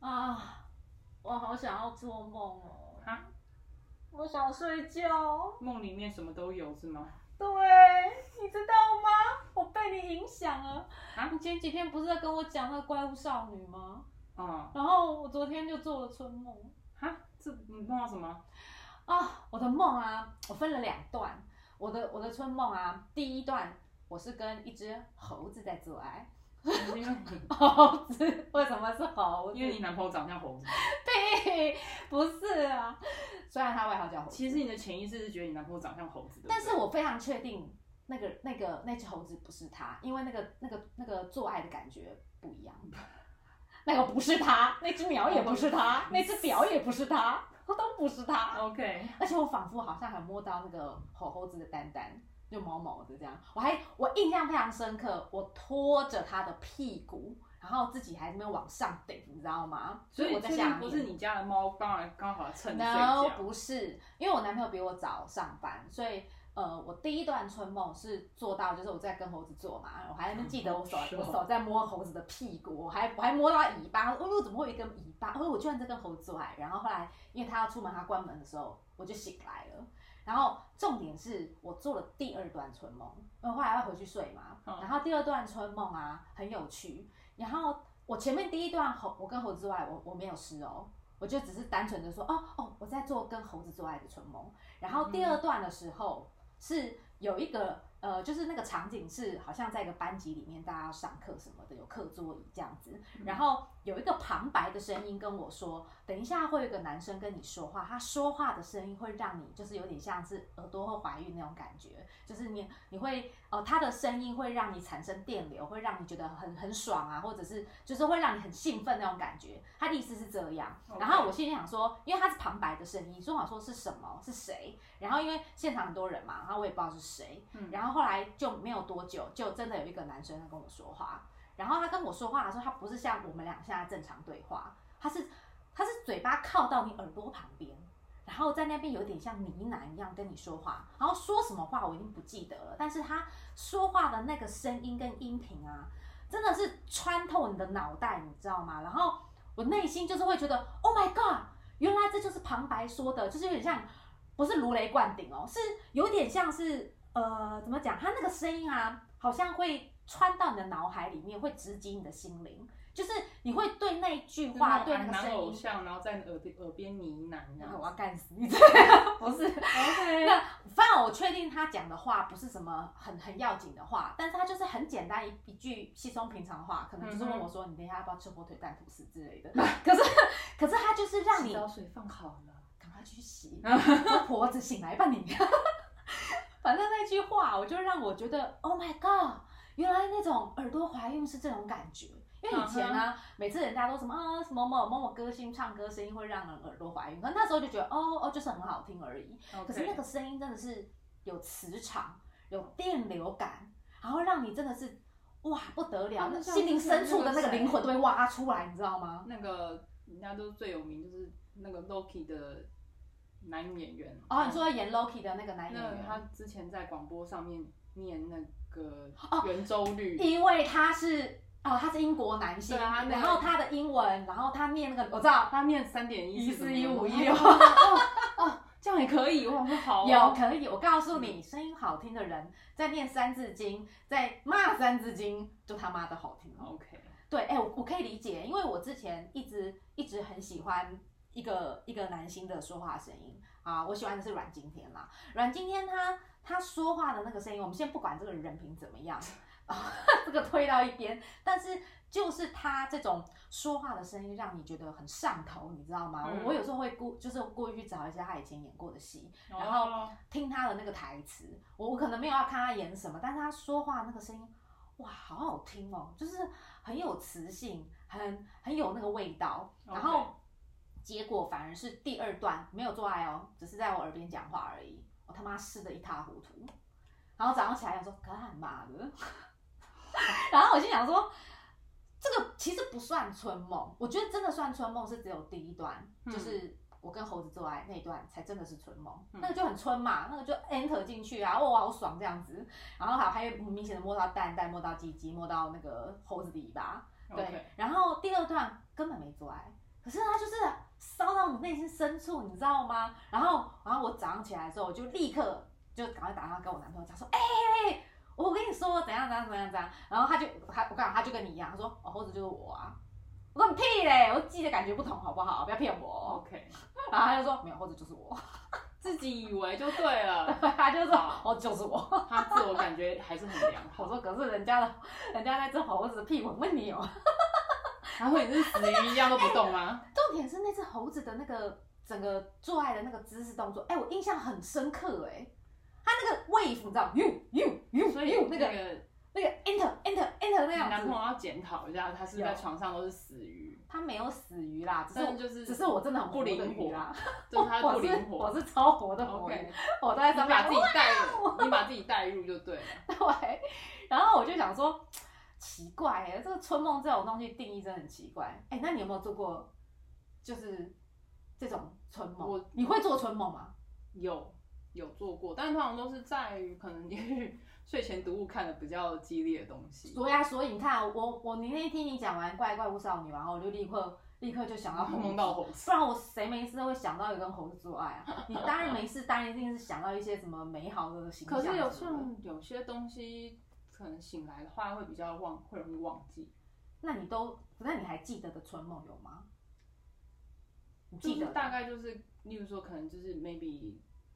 啊好想要做梦哦，哈，我想睡觉。梦里面什么都有是吗？对，你知道吗？我被你影响了。啊你，前几天不是在跟我讲那个怪物少女吗？哦，然后我昨天就做了春梦哈，这你梦到什么？啊，我的梦啊，我分了两段。我的我的春梦啊，第一段我是跟一只猴子在做爱。 因为 你猴子为什么是猴子？因为你男朋友长像猴子， 屁，不是啊。虽然他外号叫猴子，其实你的潜意识是觉得你男朋友长像猴子的，但是我非常确定那个那个那只猴子不是他，因为那个那个那个做爱的感觉不一样。那个不是他，那只鸟也不是哦他，那只表也不是他，都不是他。 OK，而且我仿佛好像还摸到那个猴猴子的蛋蛋，就毛毛的这样。我还我印象非常深刻，我拖着他的屁股，然后自己还在那边往上顶，你知道吗？所以我你在确下定面不是你家的猫刚好刚好趁你睡 no，觉，不是，因为我男朋友比我早上班，所以呃，我第一段春梦是做到，就是我在跟猴子做嘛，我还在那边记得我手是我哦手在摸猴子的屁股，我还我还摸到尾巴，我说哦怎么会有一根尾巴？哦，我居然在跟猴子做爱。然后后来因为他要出门，他关门的时候我就醒来了。然后重点是我做了第二段春梦，因为后来要回去睡嘛。嗯然后第二段春梦啊很有趣，然后我前面第一段猴我跟猴子做爱，我我没有湿哦，我就只是单纯的说哦哦我在做跟猴子做爱的春梦。然后第二段的时候是有一个呃，就是那个场景是好像在一个班级里面，大家要上课什么的，有课桌椅这样子。然后有一个旁白的声音跟我说，等一下会有一个男生跟你说话，他说话的声音会让你就是有点像是耳朵会怀孕那种感觉，就是你你会呃他的声音会让你产生电流，会让你觉得很很爽啊，或者是就是会让你很兴奋那种感觉。他的意思是这样，然后我心里想说，因为他是旁白的声音，所以我想说是什么是谁，然后因为现场很多人嘛，然后我也不知道是谁，嗯然后后来就没有多久，就真的有一个男生他跟我说话，然后他跟我说话的时候，他不是像我们俩现在正常对话，他是他是嘴巴靠到你耳朵旁边，然后在那边有点像呢喃一样跟你说话，然后说什么话我已经不记得了，但是他说话的那个声音跟音频啊，真的是穿透你的脑袋，你知道吗？然后我内心就是会觉得，Oh my god，原来这就是旁白说的，就是有点像，不是如雷贯顶哦，是有点像是呃，怎么讲？他那个声音啊，好像会穿到你的脑海里面，会直击你的心灵，就是你会对那一句就是那话，种对那男个男声偶音。像，然后在你耳边耳边呢喃这然后样子 我要干死你！啊不是， ，OK，那反正我确定他讲的话不是什么很很要紧的话，但是他就是很简单一一句稀松平常的话，可能就是问我说、你等一下要不要吃火腿蛋吐司之类的。可是 可是他就是让你洗澡水放好了，赶快去洗，这婆子醒来吧你。 反正那句话，我就让我觉得，Oh my God，原来那种耳朵怀孕是这种感觉。因为以前呢、每次人家都什么啊，什么某某某歌星唱歌声音会让人耳朵怀孕，可能那时候就觉得，哦哦，就是很好听而已。可是那个声音真的是有磁场、有电流感，然后让你真的是哇不得了，啊那那像心灵之前深处的那那个个谁灵魂都会挖出来，你知道吗？那个人家都最有名就是那个 Loki 的男演员哦，你说演 Loki 的那个男演那员，嗯他之前在广播上面念那个哦圆周率，因为他是哦，他是英国男性，对啊他那个哦然后他的英文，然后他念那个我知道他念三点一14156哦哦，这样也可以，我想说好哦有可以，我告诉你，声音好听的人在念三字经，在骂三字经，就他妈的好听哦。 OK，对，哎、我我可以理解，因为我之前一直一直很喜欢一个一个男星的说话声音啊，我喜欢的是阮经天啦。阮经天他他说话的那个声音，我们先不管这个人品怎么样，啊， 这个推到一边，但是就是他这种说话的声音，让你觉得很上头，你知道吗？嗯我有时候会故就是故意去找一些他以前演过的戏，然后哦听他的那个台词，我我可能没有要看他演什么，但是他说话那个声音，哇，好好听哦，就是很有磁性，很很有那个味道。 OK 然后结果反而是第二段没有做爱哦，只是在我耳边讲话而已，我他妈湿的一塌糊涂。然后早上起来想说干嘛的， 然后我心想说。这个其实不算春梦，我觉得真的算春梦是只有第一段，嗯就是我跟猴子做爱那一段才真的是春梦，嗯那个就很春嘛，那个就 enter 进去啊，哇、好爽这样子，然后还还有明显的摸到蛋蛋，摸到鸡鸡，摸到那个猴子的尾巴，对 OK，然后第二段根本没做爱，可是他就是烧到你内心深处，你知道吗？然后，然后我早上起来之后，我就立刻就赶快打电话跟我男朋友讲说，哎、我跟你说怎样怎样怎样怎样。然后他就他我讲他就跟你一样，他说哦，猴子就是我啊。我说你屁嘞，我自己的感觉不同，好不好？不要骗我。 OK，然后他就说没有，猴子就是我。自己以为就对 了，他就说好哦，就是我。他自我感觉还是很良我好。说可是人家的，人家那只猴子的屁股很问你哦。然后你是死鱼一样都不 动吗？重点是那只猴子的那个整个做爱的那个姿势动作，哎、我印象很深刻哎、它那个 wave 你知道，you you you 所以 you 那那个个那个 enter enter enter 那你样男朋子，友要检讨一下，他是不是在床上都是死鱼，它没有死鱼啦，只是但我就是只是我真的很不灵活的鱼活啦，就是他我不灵我是活。我是超活的活鱼 OK，我都在你上把面自己带，你把自己带入就对了。对，然后我就想说，奇怪哎、这个春梦这种东西定义真的很奇怪。哎、那你有没有做过，就是这种春梦我？你会做春梦吗？有有做过，但通常都是在于可能你 睡前读物看的比较激烈的东西。所以啊，所以你看，我我你那天听你讲完《怪怪物少女》，然后我就立刻立刻就想到猴子梦到猴子不然我谁没事会想到一跟猴子做爱啊？你当然没事，当然一定是想到一些什么美好的形象可什么是的。有像有些东西，可能醒来的话会比较忘，会容易忘记。那你都那你还记得的春梦有吗？你就记是得大的概就是，例如说，可能就是 maybe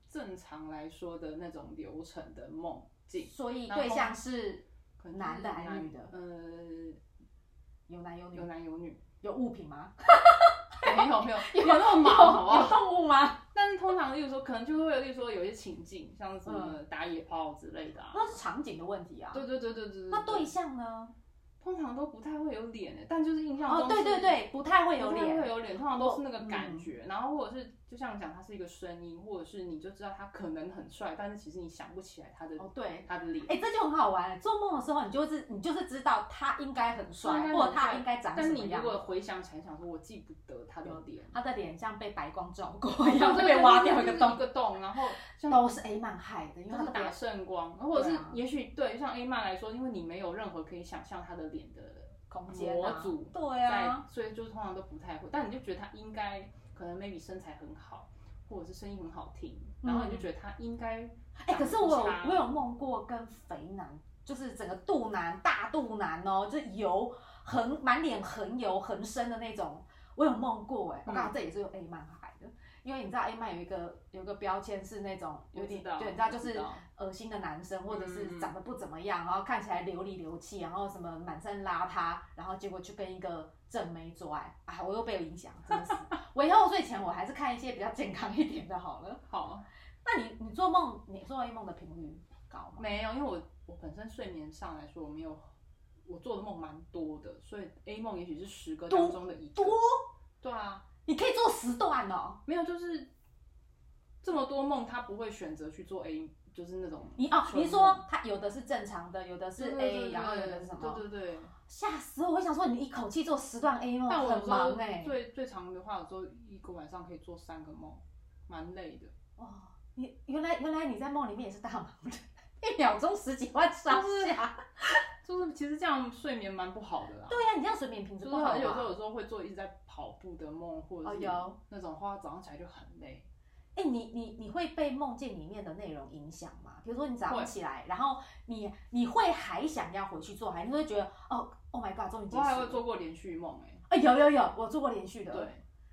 正常来说的那种流程的梦境，所以然后对象是可能男的就是还是女的嗯呃，有男有女有，男有女， 有物品吗？没有没有，有那么忙好不有好？动物吗？ 但是通常，例如说，可能就会有，例如说有一些情境，像是什么打野炮之类的啊。那是场景的问题啊。对对对对对对。嗯那对象呢？通常都不太会有脸诶，但就是印象中哦，对对是，对，不太会有不太会脸。嗯有脸，通常都是那个感觉，然后或者是就像讲，它是一个声音，或者是你就知道他可能很帅，但是其实你想不起来他的、哦，对，他的脸，哎、这就很好玩。做梦的时候，你就是你就是知道他应该很他帅应该，很或者他帅应该长但什是哎么哦你如样。果回想起来，想说我记不得他 的脸，他的脸像被白光照过哦一样，就被挖掉一个一洞，啊个洞，然后像都是 A 曼害的，因为就他是的打脸圣光，或者对是啊也许对，像 A 曼来说，因为你没有任何可以想象他的脸的空间模啊，组，对在，啊，所以就通常都不太会。但你就觉得他应该可能 maybe 身材很好，或者是声音很好听，嗯然后你就觉得他应该哎、可是我有长得不差我有梦过跟肥男，就是整个肚腩大肚腩哦，就是油横满脸横油横深的那种，我有梦过哎、我嗯刚好这也是有 A 曼害的。因为你知道 A 曼有一个有一个标签是那种有点我知道对，你知道就我是知道恶心的男生，或者嗯是长得不怎么样，然后看起来流里流气，然后什么满身邋遢，然后结果去跟一个正妹做爱，啊，我又被影响，真 的是。我以后睡前我还是看一些比较健康一点的好了。好。那你你做梦，你做梦梦的频率高吗？没有，因为我我本身睡眠上来说，我没有我做的梦蛮多的，所以 A 梦也许是十个当中的一个。多？对啊，你可以做时段哦。没有就是这么多梦，他不会选择去做 A，就是那种你哦，纯你梦说它有的是正常的，有的对是对 A，对然后有对的是什么？对对对。吓死我！我想说你一口气做十段 A 梦，但我有很时候忙哎、最最长的话，有时候一个晚上可以做三个梦，蛮累的。哇，你原来原来你在梦里面也是大忙的， 一秒钟十几万上就是下。就是其实这样睡眠蛮不好的啦。对呀、你这样睡眠品质就是不好好啊像有时候吗？有时候会做一直在跑步的梦，或者哦是有那种话，早上起来就很累。哎、你你你会被梦境里面的内容影响吗？比如说你早会上起来，然后你你会还想要回去做，还你会觉得哦，Oh my god，终于结我束还会了。做过连续梦，哎，哎、有有有，我做过连续的。，对，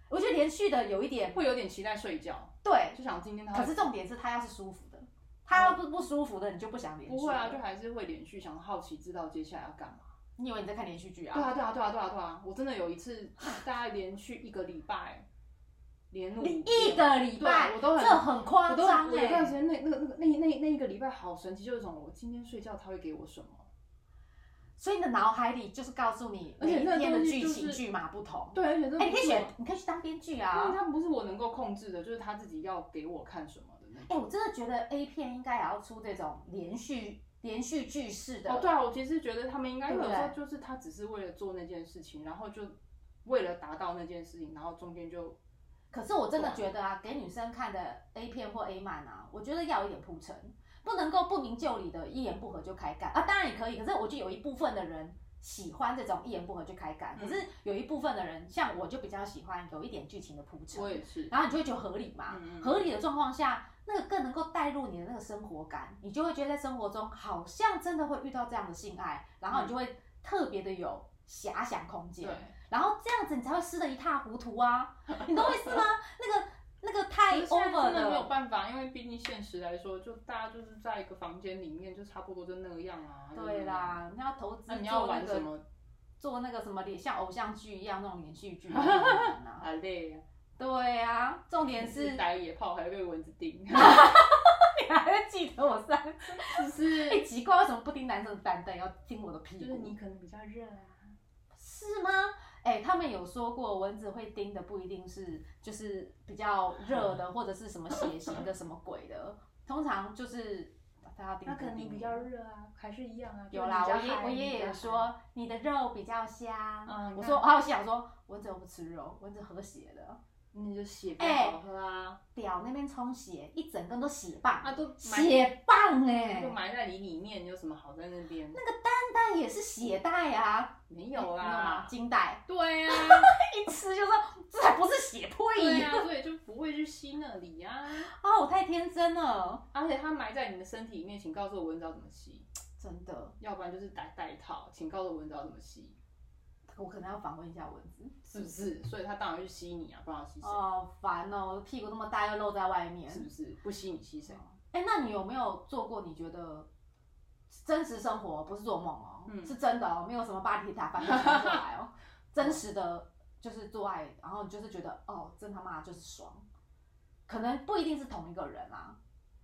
我觉得连续的有一点会有点期待睡觉，对，就想今天他可是重点是它要是舒服的，它要不不舒服的，你就不想连续。不会啊，就，还是会连续想好奇知道接下来要干嘛。你以为你在看连续剧对啊？啊，对啊，对啊，对啊，对啊！我真的有一次，大概连续一个礼拜，连五你天一个礼拜，对我都很这很夸我都张我有哎、段时间那那个那个那那那一个礼拜好神奇，就是一种我今天睡觉他会给我什么？所以你的脑海里就是告诉你，而且每一那个天的东西剧就是情剧码不同。对，而且这哎、你可不以是选我，你可以去当编剧因啊为。它不是我能够控制的，就是他自己要给我看什么的那哎、种。我真的觉得 A 片应该也要出这种连续连续剧式的。哦，对啊，我其实觉得他们应该对有不对时候就是他只是为了做那件事情，然后就为了达到那件事情，然后中间就可是我真的觉得啊，给女生看的 A 片或 A 漫啊，我觉得要有一点铺陈，不能够不明就里的一言不合就开干啊。当然也可以，可是我就有一部分的人喜欢这种一言不合就开干，嗯可是有一部分的人，像我就比较喜欢有一点剧情的铺陈我，也是。然后你就会觉得合理嘛。嗯嗯合理的状况下，那个更能够带入你的那个生活感，你就会觉得在生活中好像真的会遇到这样的性爱，然后你就会特别的有遐想空间，对，然后这样子你才会湿的一塌糊涂 啊，你懂我意思吗？那个那个太可是现在 over 真的没有了。办法，因为毕竟现实来说，就大家就是在一个房间里面，就差不多就那样啊。对啦，你要投就资做是那样，那你要那玩什个么？做那个什么连像偶像剧一样那种连续剧，很难啊 啊累啊，对啊，重点是是打野炮还被蚊子 叮，你还记得我上次？只是哎、奇怪，为什么不听男生的蛋蛋，要听我的屁就股？是你可能比较热啊。是吗？哎、他们有说过，蚊子会叮的不一定是就是比较热 的，或者是什么血型的什么鬼的，通常就是它要叮。那可能你叮比较。热啊，还是一样啊。有啦，就我是你比爷较嗨我爷爷也，说你的肉比较香。嗯我说那啊，我心想说蚊子又不吃肉，蚊子喝血的，你比较你就血比较哎好喝啊，屌那边充血，一整根都血棒，啊都埋血棒哎、就埋在你里面，有什么好在那边？那个但也是血袋啊，没有你懂吗啦，金带。 对呀，一吃就说这才不是血对啊配呀，所以就不会去吸那里啊。啊！我太天真了，而且它埋在你的身体里面，请告诉我蚊子要怎么吸，真的，要不然就是打带套，请告诉我蚊子要怎么吸，我可能要访问一下蚊子。是不是？所以它当然去吸你啊，不然要吸谁？哦，烦哦，我的屁股那么大又露在外面是。不是？不吸你吸谁？哎、那你有没有做过你觉得真实生活不是做梦哦，嗯是真的哦，没有什么巴黎铁塔翻过来哦，真实的就是做爱，然后你就是觉得哦，真他妈就是爽。可能不一定是同一个人啊，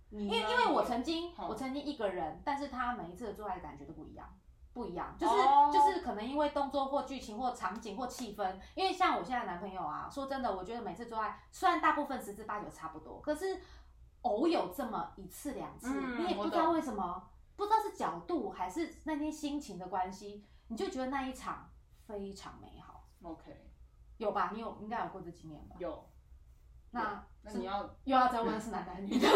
因因为因为我曾经嗯我曾经一个人，但是他每一次的做爱的感觉都不一样，不一样，就是、哦就是可能因为动作或剧情或场景或气氛，因为像我现在的男朋友啊，说真的，我觉得每次做爱虽然大部分十之八九差不多，可是偶有这么一次两次，嗯你也不我知道懂为什么，不知道是角度还是那天心情的关系，你就觉得那一场非常美好， OK 有吧？你有应该有过这经验吧？有，那那是你要又要再问是男男 女的，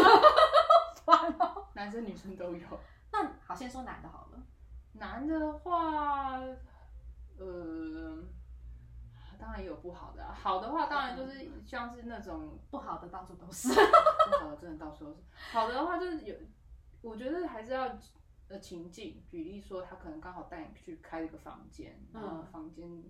男生女生都有。那好，先说男的好了。男的话，呃，当然也有不好的啊、好的话当然就是像是那种不好的到处都是。不好的真的到处都是。好的话就是有，我觉得还是要呃情境，举例说他可能刚好带你去开一个房间，嗯然后房间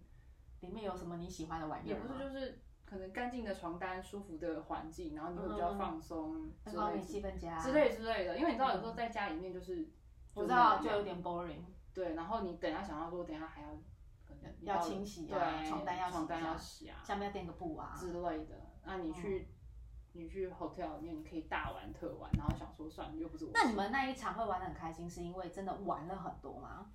里面有什么你喜欢的玩意也儿不吗是？就是可能干净的床单、舒服的环境，然后你会比较嗯放松灯之光类明气之氛佳之，类之类的。因为你知道有时候在家里面就是，我知道是就有点 boring。对，然后你等一下想要说，等一下还要可能要清洗啊对，床单要洗床单啊要洗啊下面哦要垫个布啊，之类的。那你去、你去 hotel 里面，你可以大玩特玩，然后想说算了，又不是我。那你们那一场会玩的很开心，是因为真的玩了很多吗？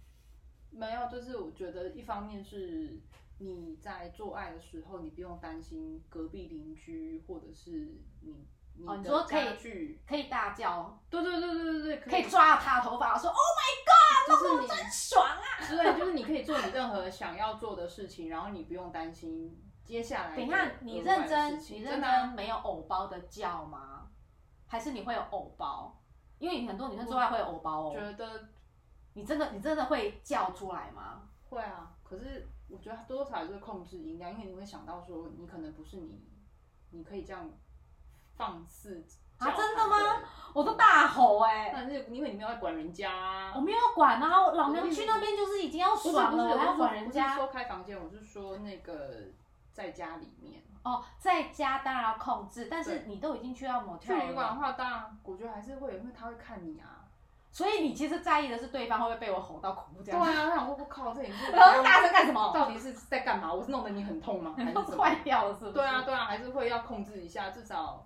没有？就是我觉得一方面是你在做爱的时候，你不用担心隔壁邻居或者是你你哦你的说可以家具，可以大叫，对对对对对对，可可以以抓他头发说 “Oh my 就是你 God”，爽啊！ 之类，就是你可以做你任何想要做的事情，然后你不用担心。接下来的等一下，你额外的认真事，情你真认的啊真没有偶包的叫吗？还是你会有偶包？因为你很多女生做爱会有偶包哦，觉得你真的你真的会叫出来吗？会啊，可是我觉得多多少少就是控制音量，因为你会想到说，你可能不是你，你可以这样放肆啊叫真的喊吗？我都大吼哎、但是因为你没有在管人家、啊，我没有管啊，老娘去那边就是已经要不是爽不是了，我还要是管说人不是家说开房间，我是说那个在家里面哦。在家当然要控制，但是对你都已经去到某去跳旅馆了，的话，当然我觉得还是会有，因为他会看你啊。所以你其实在意的是对方会不会被我吼到哭这对样。啊，他想说我靠，这里是然后大声干什 么？到底是在干嘛？我是弄得你很 痛吗？还是怎么坏掉了是不是？对啊，，对啊，还是会要控制一下，至少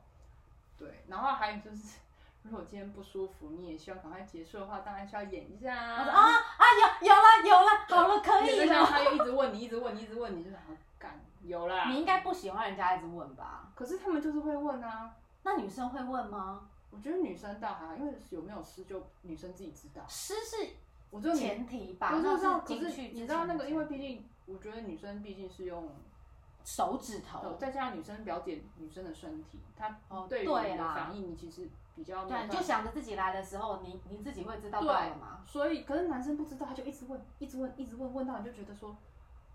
对。然后还有就是，如果今天不舒服，你也希望赶快结束的话，当然是要演一下我说啊。啊啊有有了有了，好了可以哦免得像了。他又一直问你，一直问你，一直问你，就是好干有啦。你应该不喜欢人家一直问吧？可是他们就是会问啊。那女生会问吗？我觉得女生倒还好，因为有没有湿就女生自己知道。诗是我觉得你前提吧，不是那知道，是可进是去之前你知道那个，因为的前毕提竟我觉得女生毕竟是用手指头，哦再加上女生了解女生的身体，她哦对于对你的啦反应，你其实比较没有对，办啊你法就想着自己来的时候，你你自己会知道对到了嘛。所以，可是男生不知道，他就一直问，一直问，一直问，问到你就觉得说，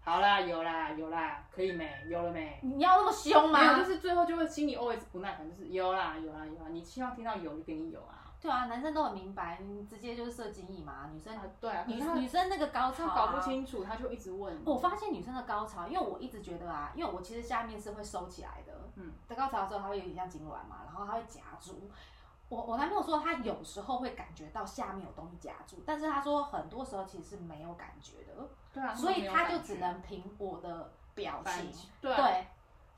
好啦，有啦，有啦，可以没？有了没？你要那么凶没有，就吗？是最后就会心里 always 不耐烦，就是有啦，有啦，有啦。你希望听到有就给你有啊。对啊，男生都很明白，你直接就是射精液嘛。女生啊，对啊，可女是他女生那个高潮他啊搞不清楚，他就一直问。我发现女生的高潮，因为我一直觉得啊，因为我其实下面是会收起来的，嗯，在高潮的时候它会有点像痉挛嘛，然后它会夹住。我我男朋友说他有时候会感觉到下面有东西夹住，但是他说很多时候其实是没有感觉的，对啊，所以没有他感就觉只能凭我的表反情。对啊，对，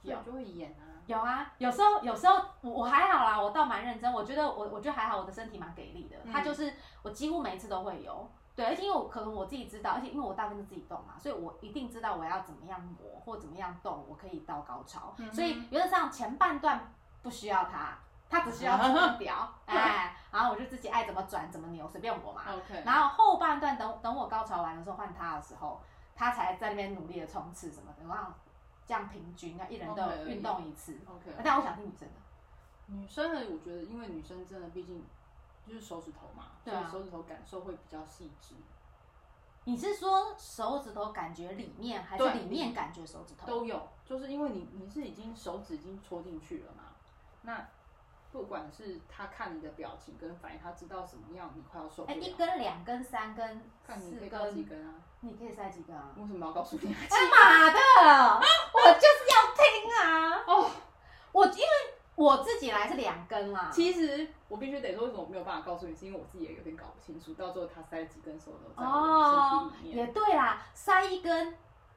所以就会演啊。有啊，有时候有时候我我还好啦，我倒蛮认真，我觉得我我觉得还好，我的身体蛮给力的，嗯它就是我几乎每一次都会有。对，而且因为我可能我自己知道，而且因为我大部分是自己动嘛，所以我一定知道我要怎么样磨或怎么样动，我可以到高潮。嗯哼所以原则上前半段不需要它，它只需要触 表，哎，然后我就自己爱怎么转怎么扭，随便我嘛。 OK，然后后半段等等我高潮完的时候换他的时候，他才在那边努力的冲刺什么的，然后这样平均，啊那一人哦都有运动一次。 OK，但我想听女生的，女生呢，我觉得因为女生真的毕竟就是手指头嘛，对啊所以手指头感受会比较细致。你是说手指头感觉里面，还是对里面感觉手指头？都有，就是因为你你是已经手指已经戳进去了嘛，那不管是他看你的表情跟反应，他知道什么样你快要受不哎，了一。根、两根、三根、看你可四以到几根，根啊？你可以塞几根啊？为什么要告诉你啊？ 干嘛的？我就是要听啊！哦，我因为我自己来是两根啦，其实我必须得说，为什么我没有办法告诉你，是因为我自己也有点搞不清楚，到最后他塞几根手指头在我哦的身，体里面，也对啦，塞一根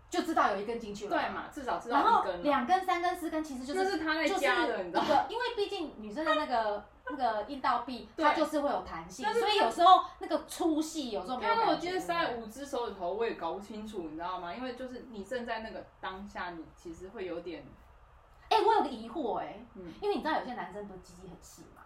就知道有一根进去了，对？嘛？至少知然后道一根嘛，两根、三根、四根，其实就那是是他在就是加的，你知道那吗？个，因为毕竟女生的那个那个阴道壁，它对就是会有弹性，但是所以有时候那个粗细有时候没有哦他如果感今觉。天塞了对不对五只手指头，我也搞不清楚，你知道吗？因为就是你正在那个当下，你其实会有点，哎，我有个疑惑哎，嗯，因为你知道有些男生不是鸡鸡很细吗？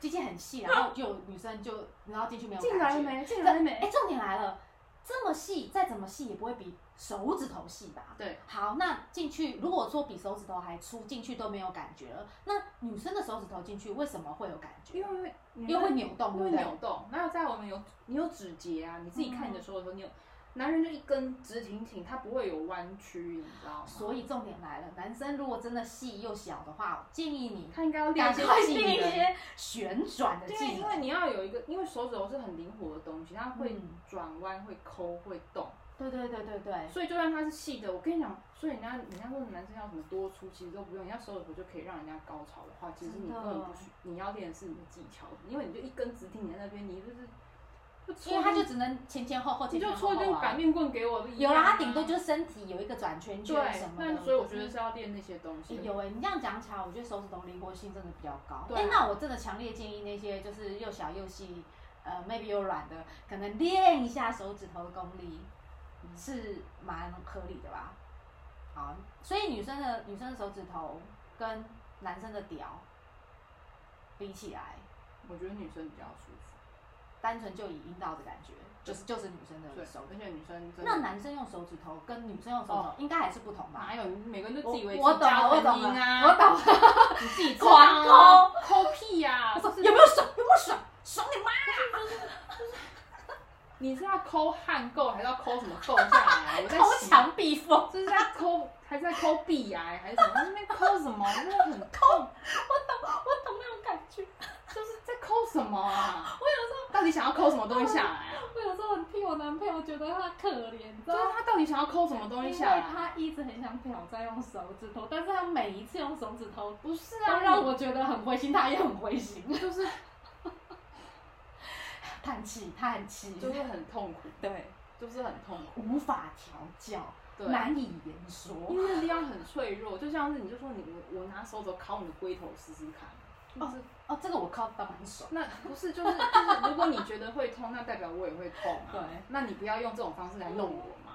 鸡鸡很细，然后就有女生就然后进去没有进感来觉。没？进来来没？哎，重点来了，这么细，再怎么细也不会比手指头细吧？对，好，那进去如果说比手指头还粗，进去都没有感觉了，那女生的手指头进去为什么会有感觉？因为因为会扭动，因对为不对？扭动，然后在我们有你有指节啊，你自己看你的手指头，你有男人就一根直挺挺，他不会有弯曲，你知道吗？所以重点来了，男生如果真的细又小的话，我建议你他应该要练赶一些快技练一能。些旋转的技对，能，因为你要有一个，因为手指头是很灵活的东西，它会嗯转弯、会抠、会动，对对对对对，所以就算它是细的，我跟你讲，所以人家人家说男生要什么多粗，其实都不用，人家手指头就可以让人家高潮的话，其实你真的根本不需，你要练的是你的技巧，因为你就一根直挺你在那边，你就是就戳因为他就只能前前后后你前就前戳后一后根啊擀。面棍给我的一有样啊，啦，他顶多就是身体有一个转圈圈对什，么那的。嗯所以我觉得是要练那些东欸西。有哎、你这样讲起来，我觉得手指头灵活性真的比较高。对哎、啊那我真的强烈建议那些就是又小又细，呃，maybe 又软的，可能练一下手指头的功力，嗯是蛮合理的吧？好，所以女生的女生的手指头跟男生的屌比起来，我觉得女生比较舒服，单纯就以阴道的感觉，就是就是女生的对手，而指。且女生真那的男生用手指头跟女生用手指头应该还是不同吧？哪有每个人都我自以为我自懂了，己家我很懂硬了，啊，我懂了。你自己狂抠抠抠屁呀我！说有没有爽？有没有爽？爽你妈！你是要抠汗垢，还是要抠什么垢下来？我在抠想，墙壁 缝，就是在抠，还是在抠壁癌，还是什么？在那边抠什么？真的很抠，我懂那种感觉。就是在抠什么啊？我有时候到底想要抠什么东西下来啊？我有时候很替我男朋友觉得他可怜，你知就道是吗？啊他到底想要抠什么因东为西下来？啊他一直很想挑战用手指头，但是他每一次用手指头不是都啊，让我觉得很灰心，他也很灰心，你就是 叹气叹气，就是很痛苦，对，就是很痛苦。无法调教，对，难以言说因。为那个地方很脆弱，就像是你就说你我我拿手肘敲你的龟头试试看，就是、哦，这个我靠，倒蛮爽。那不是就是就是，如果你觉得会痛，那代表我也会痛啊。对那你不要用这种方式来弄我嘛。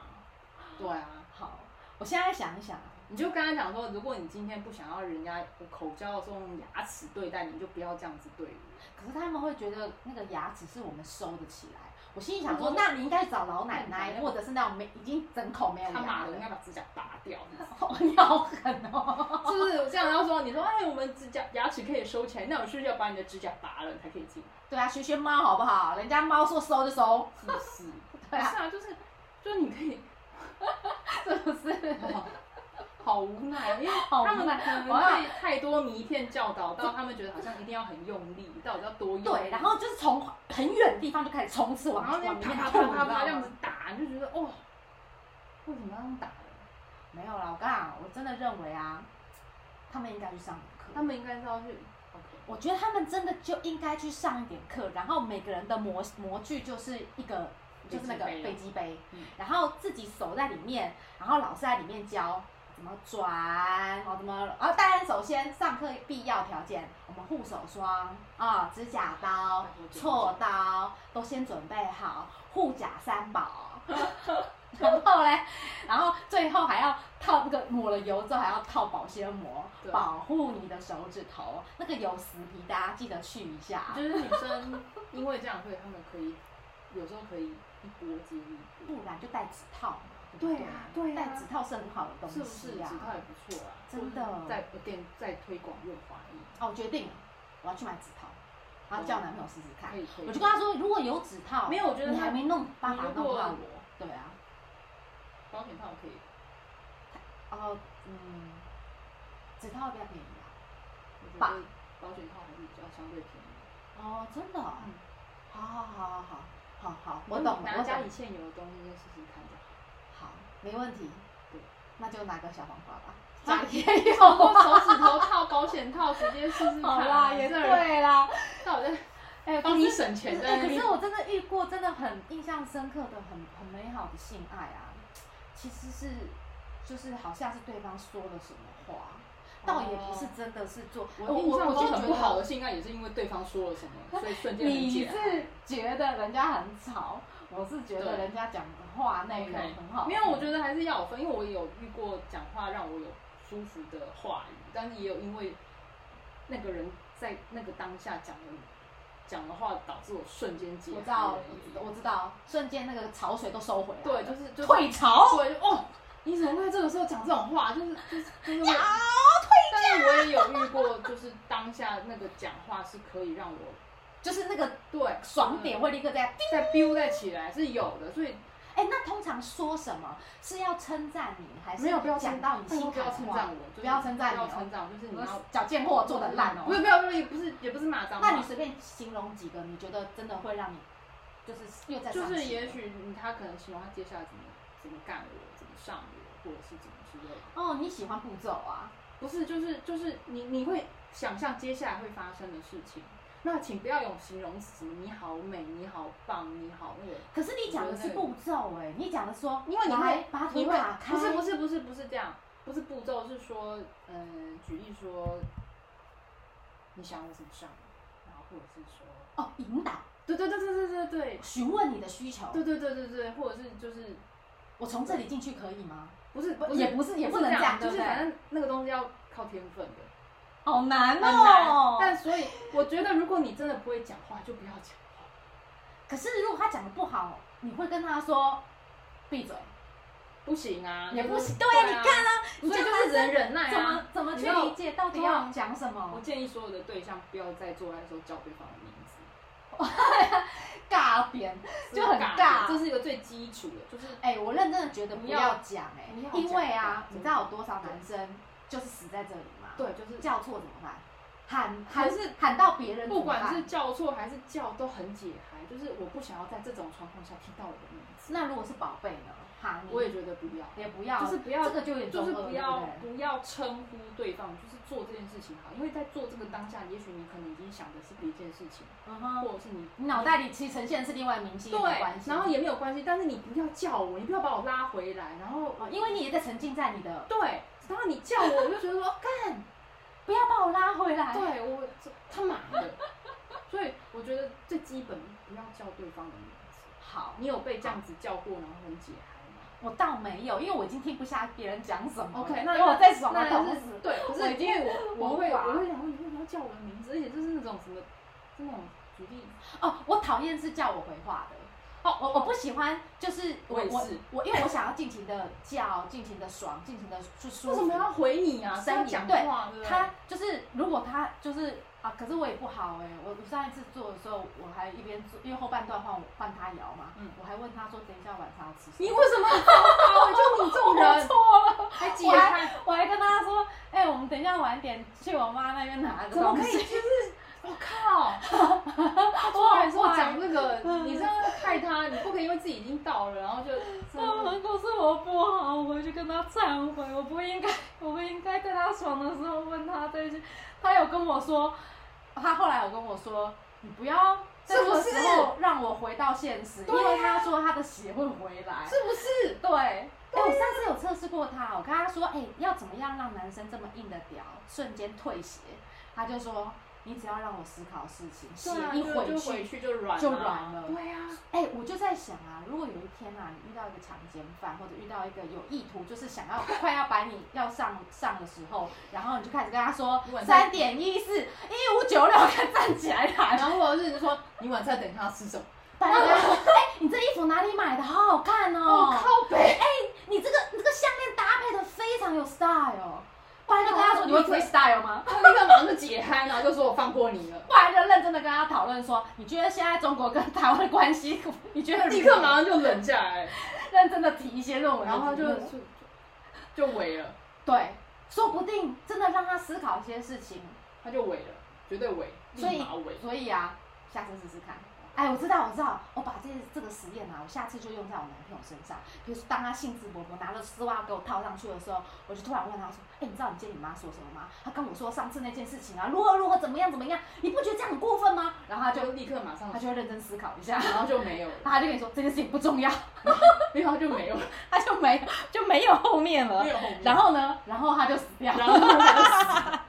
对啊，好，我现在想一想，啊你就跟他讲说，如果你今天不想要人家口交的时候用牙齿对待你，就不要这样子对我。可是他们会觉得那个牙齿是我们收的起来。我心里想说，那你应该找老奶奶，或者是那种没已经整口没有嗯他牙妈的，的应。该把指甲拔掉，哦你 好狠哦！是不是？这样要说，你说哎，我们指甲牙齿可以收起来，那我是不是要把你的指甲拔了你才可以进来？对啊，学学猫好不好？人家猫说收就收，是不是？对啊不是啊，就是就是你可以，是不是？好好无奈，因为好他无们奈可我要能太太多迷片教导到他们觉得好像一定要很用力，到底要多用 力？对，然后就是从很远的地方就开始冲刺往然后那往里啪面啪吐，啪你知啪道啪吗这样子打，你就觉得哦，为什么要这样打呢？没有啦，我跟你讲，我真的认为啊，他们应该去上课。他们应该是要去 OK。我觉得他们真的就应该去上一点课，然后每个人的模模具就是一个就是那个飞机杯飞机杯，嗯然后自己手在里面，然后老师在里面教怎么转，哦怎么，然后当然首先上课必要条件，我们护手霜啊、指甲刀、锉刀都先准备好，护甲三宝。 然后嘞，然后最后还要套那个抹了油之后还要套保鲜膜，对啊保护你的手指头。那个有死皮，大家记得去一下。就是女生因为这样，所以他们可以有时候可以一波接一波，不然就戴指套嘛。不对啊对啊戴指套是很好的东西是啊。不是？指套也不错啊，真的或者是在有点在推广润滑液，哦，我决定了，我要去买指套，然后叫男朋友试试看可。以推。我就跟他说，如果有指套，没有我觉得你他还没弄办法你如弄果到我。对啊，保险套可以，哦，嗯，指套比较便宜啊。我觉吧得保险套还是比较相对便宜。哦，真的哦，嗯好好好好好好好，我懂了，拿我家懂里。现有的东西就试试看就好。 好，没问题对。那就拿个小黄瓜 吧，啊家里也有包括啊。手指头套保险套，直接试试看。好啦，也这人对啦。到底在哎，帮可你是省可钱是哎在那可里是我真的遇过真的很印象深刻的、很很美好的性爱啊，其实是就是好像是对方说了什么话，倒也不是真的是做。哦我印象中很不好的啊性爱也是因为对方说了什么，所以瞬间很你解是爱。觉得人家很吵，我是觉得对人家讲的话内容 OK 很好。没有，我觉得还是要有分，因为我也有遇过讲话让我有舒服的话语，但是也有因为那个人在那个当下讲的讲的话，导致我瞬间解我知开道了，我知道，瞬间那个潮水都收回来了，对，就是就是退潮，对，就哦，你怎么在这个时候讲这种话？就是就是就是会啊，但是我也有遇过，就是当下那个讲话是可以让我就是那个对爽点会立刻在。再 build 再起来是有的，所以哎，那通常说什么是要称赞你，还是没有不要讲到你拜托心不坎要称赞话？不要称赞你我，就是不哦要称赞我，就是你要矫健货做的烂不哦。是不要不要，也不是也不是骂脏话，那你随便形容几个，你觉得真的会让你就是又在就上是气也许你他可能形容他接下来怎么怎么干我，怎么上我，或者是怎么之类的，哦，你喜欢步骤啊？不是就是就是你你会想象接下来会发生的事情。那请不要用形容词，什么你好美，你好棒，你好那个，可是你讲的是步骤哎，你讲的说，因为你来会把腿你会打开，不是不是不是不是这样，不是步骤，是说，嗯、举例说，你想我怎么上，然后或者是说，哦，引导对对对对对对对询问你的需求，对对对对对，或者是就是我从这里进去可以吗？不是不也不是也不能这这样就对是不对反正那个东西要靠天分的，好难很哦难。。但所以我觉得，如果你真的不会讲话，就不要讲话。可是如果他讲的不好，你会跟他说闭嘴，不行啊，也不行。就对是啊，对啊，你看啊，所以你就是男人忍耐生怎么啊。怎么你去知道理解到底要讲什我么？建议所有的对象不要在做爱的时候叫对方的名字。尬扁。就很尬尬，这是一个最基础的，就是哎、我认真的觉得不不要要讲哎、不要讲因为啊，对你知道有多少男生就是死在这里吗？，对，就是叫错怎么办？喊还喊是喊到别人怎不么办，管是叫错还是叫都很解嗨，就是我不想要在这种状况下听到我的名字，那如果是宝贝呢？喊你我也觉得不要，也不要，就是不要这个就有点就是中二不要对不不要称呼对方，就是做这件事情好，因为在做这个当下，也许你可能已经想的是别一件事情，对嗯哼，或者是你你脑袋里其实呈现的是另外明星的关对，系，然后也没有关系，但是你不要叫我，你不要把我拉回来，然后哦因为你也在沉浸在你的，对，然后你叫我，我就觉 得说哦干。不要把我拉回来，对我这他妈的，所以我觉得最基本不要叫对方的名字。好，你有被这样子叫过，然后很解嗨吗？我倒没有，因为我已经听不下别人讲什么了。 OK，那因为我在爽那的但同是时，对，可我是已经因为我我无会法我会想说你为什么要叫我的名字，而且就是那种什么，就那种举例，哦，我讨厌是叫我回话的。哦，我我不喜欢，就是我我也我是我，因为我想要尽情的叫， 尽情的爽，尽情的去舒服。为什么要回你啊？是要声音讲对话，对不对？他就是，如果他就是啊，可是我也不好哎、我我上一次做的时候，我还一边做，因为后半段换我换他摇嘛，嗯我还问他说，等一下晚上要吃什你么？为什么很糟糕？啊就你这种人，错了， 还解我还开，我还跟他说，哎、我们等一下晚点去我妈那边拿个怎么东可以？西。就是我靠，我还说哎讲这个，嗯你这样害他，你不可以因为自己已经到了，然后就他真们都是我不好，我回去跟他忏悔，我不应该，我不应该在他爽的时候问他这些。他有跟我说，他后来有跟我说，你不要在这个时候让我回到现实，因对啊为他说他的血会回来。是啊不是？对，哎、我上次有测试过他，我跟他说，哎、要怎么样让男生这么硬的屌瞬间退血？他就说，你只要让我思考事情，血对啊，一就回就去回去就软就软了对啊，哎、我就在想啊，如果有一天啊，你遇到一个强奸犯，或者遇到一个有意图，就是想要快要把你要上上的时候，然后你就开始跟他说你晚上三点一四一五九六，看站起来啦！然后或者是说你晚餐等他吃什么？大家跟他说，哎、你这衣服哪里买的？好好看哦，哦！靠北，你这个你这个项链搭配的非常有 style。不哦然就跟他说哦你会 freestyle 吗？他立刻马上就解开，然后就说我放过你 了，不然就认真的跟他讨论说，你觉得现在中国跟台湾的关系， 你觉得立刻马上就冷下来，认真的提一些论文的然题目，后他就就就就萎了，对，说不定真的让他思考一些事情。他就萎了，绝对萎，所以立马萎。所以啊，下次试试看。哎，我知道，我知道，我把这这个实验啊，我下次就用在我男朋友身上。比如说，当他兴致勃勃拿了丝袜给我套上去的时候，我就突然问他说：“哎、你知道你今天你妈说什么吗？她跟我说上次那件事情啊，如何如何怎么样怎么样，你不觉得这样很过分吗？”然后他他就就立刻马上他，就会认真思考一下，然后就没有 了，然后他就跟你说这件事情不重要，然后就没有了，他就没就没有后面了没。有后面。然后呢，然后他就死掉了。然后